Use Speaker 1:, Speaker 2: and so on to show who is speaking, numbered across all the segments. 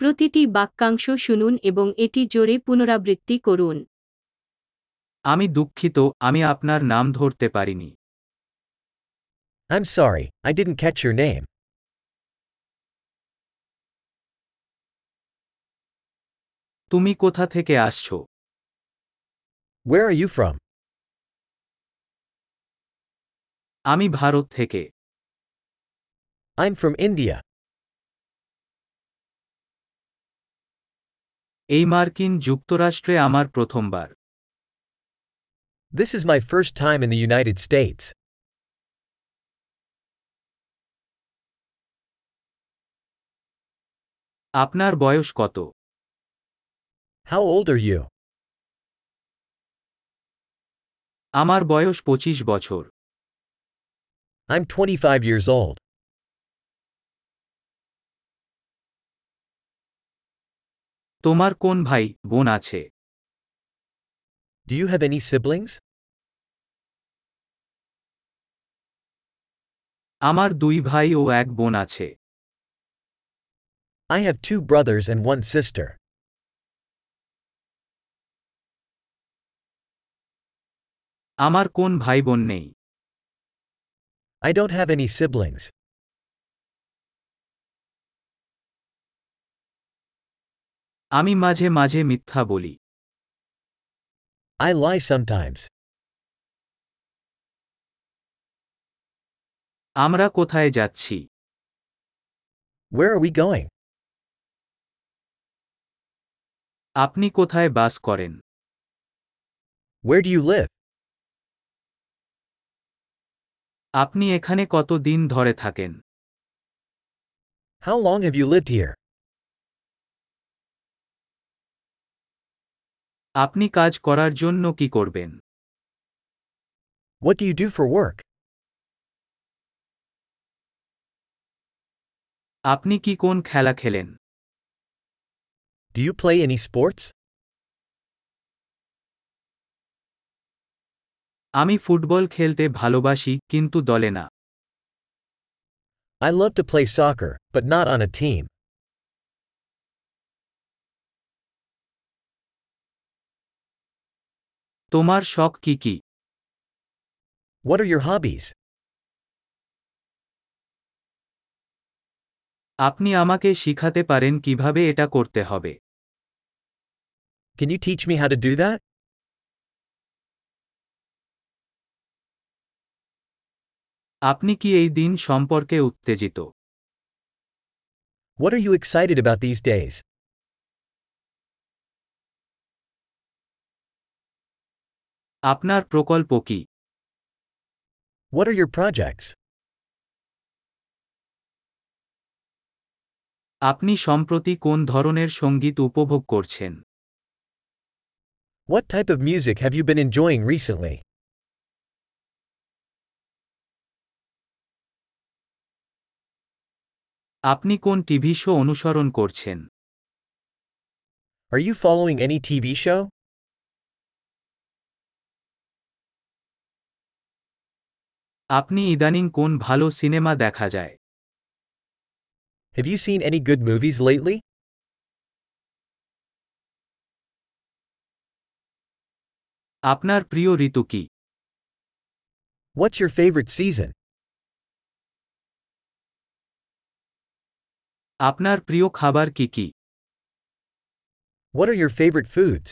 Speaker 1: প্রতিটি বাক্যাংশ শুনুন এবং এটি জোরে পুনরাবৃত্তি করুন
Speaker 2: আমি দুঃখিত আমি আপনার নাম ধরতে পারিনি
Speaker 3: I'm sorry, I didn't catch your name.
Speaker 2: তুমি কোথা থেকে আসছো
Speaker 3: Where are you from?
Speaker 2: আমি ভারত থেকে
Speaker 3: I'm from India.
Speaker 2: এই মার্কিন যুক্তরাষ্ট্রে আমার প্রথমবার
Speaker 3: This is my first time in the United States.
Speaker 2: আপনার বয়স কত
Speaker 3: How old are you?
Speaker 2: আমার বয়স পঁচিশ বছর
Speaker 3: I'm 25 years old.
Speaker 2: তোমার কোন ভাই বোন আছে
Speaker 3: Do you have any siblings?
Speaker 2: আমার দুই ভাই ও এক বোন আছে
Speaker 3: I have two brothers and one sister.
Speaker 2: আমার কোন ভাই বোন নেই
Speaker 3: I don't have any siblings.
Speaker 2: আমি মাঝে মাঝে মিথ্যা বলি
Speaker 3: I lie sometimes.
Speaker 2: আমরা কোথায় যাচ্ছি
Speaker 3: Where are we going?
Speaker 2: আপনি কোথায় বাস করেন
Speaker 3: Where do you live?
Speaker 2: আপনি এখানে কত দিন ধরে থাকেন
Speaker 3: How long have you lived here?
Speaker 2: আপনি কাজ করার জন্য কি করবেন
Speaker 3: What do you do for work?
Speaker 2: আপনি কি কোন খেলা খেলেন
Speaker 3: Do you play any sports?
Speaker 2: আমি ফুটবল খেলতে ভালোবাসি কিন্তু দলে না
Speaker 3: I love to play soccer, but not on a team.
Speaker 2: তোমার শখ কি কি
Speaker 3: What are your hobbies?
Speaker 2: আপনি আমাকে শিখাতে পারেন কিভাবে এটা করতে হবে
Speaker 3: Can you teach me how to do that?
Speaker 2: আপনি কি এই দিন সম্পর্কে উত্তেজিত
Speaker 3: What are you excited about these days?
Speaker 2: আপনার প্রকল্প কি
Speaker 3: What are your projects?
Speaker 2: আপনি সম্প্রতি কোন ধরনের সঙ্গীত উপভোগ করছেন
Speaker 3: What type of music have you been enjoying recently?
Speaker 2: আপনি কোন টিভি শো অনুসরণ করছেন
Speaker 3: Are you following any TV show?
Speaker 2: আপনি ইদানিং কোন ভালো সিনেমা দেখা যায়
Speaker 3: Have you seen any good movies lately?
Speaker 2: আপনার প্রিয় ঋতু কি
Speaker 3: What's your favorite season?
Speaker 2: আপনার প্রিয় খাবার কি কি
Speaker 3: What are your favorite foods?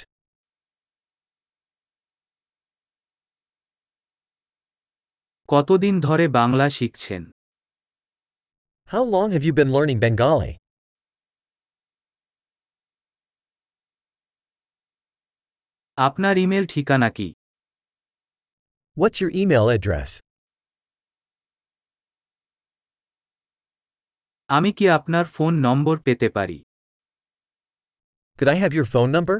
Speaker 2: কতদিন ধরে বাংলা শিখছেন
Speaker 3: How long have you been learning Bengali?
Speaker 2: আপনার ইমেল ঠিকানা কি
Speaker 3: What's your email address?
Speaker 2: আমি কি আপনার ফোন নম্বর পেতে পারি
Speaker 3: Could I have your phone number?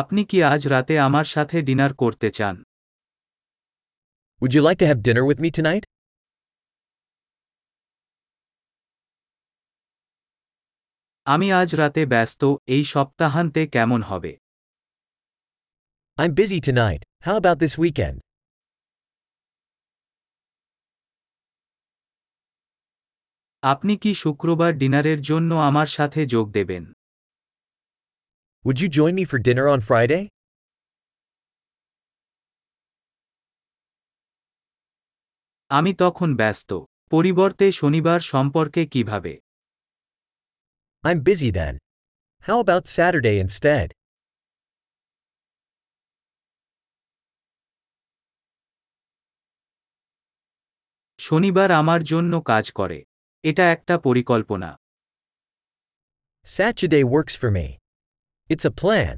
Speaker 2: আপনি কি আজ রাতে আমার সাথে ডিনার করতে চান
Speaker 3: Would you like to have dinner with me tonight?
Speaker 2: আমি আজ রাতে ব্যস্ত এই সপ্তাহান্তে কেমন হবে
Speaker 3: I'm busy tonight. How about this weekend?
Speaker 2: আপনি কি শুক্রবার ডিনারের জন্য আমার সাথে যোগ দেবেন
Speaker 3: Would you join me for dinner on Friday?
Speaker 2: আমি তখন ব্যস্ত পরিবর্তে শনিবার সম্পর্কে কিভাবে
Speaker 3: I'm busy then. How about Saturday instead?
Speaker 2: শনিবার আমার জন্য কাজ করে এটা একটা পরিকল্পনা
Speaker 3: Saturday works for me. It's a plan.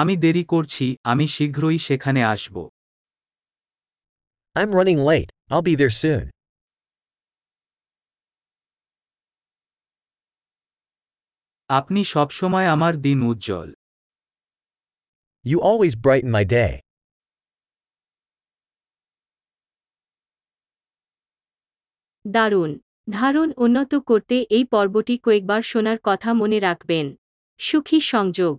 Speaker 2: আমি দেরি করছি আমি শীঘ্রই সেখানে আসব
Speaker 3: I'm running late. I'll be there soon.
Speaker 2: আপনি সবসময় আমার দিন উজ্জ্বল
Speaker 3: You always brighten my day.
Speaker 1: দারুণ ধারণ উন্নত করতে এই পর্বটি কয়েকবার শোনার কথা মনে রাখবেন সুখী সংযোগ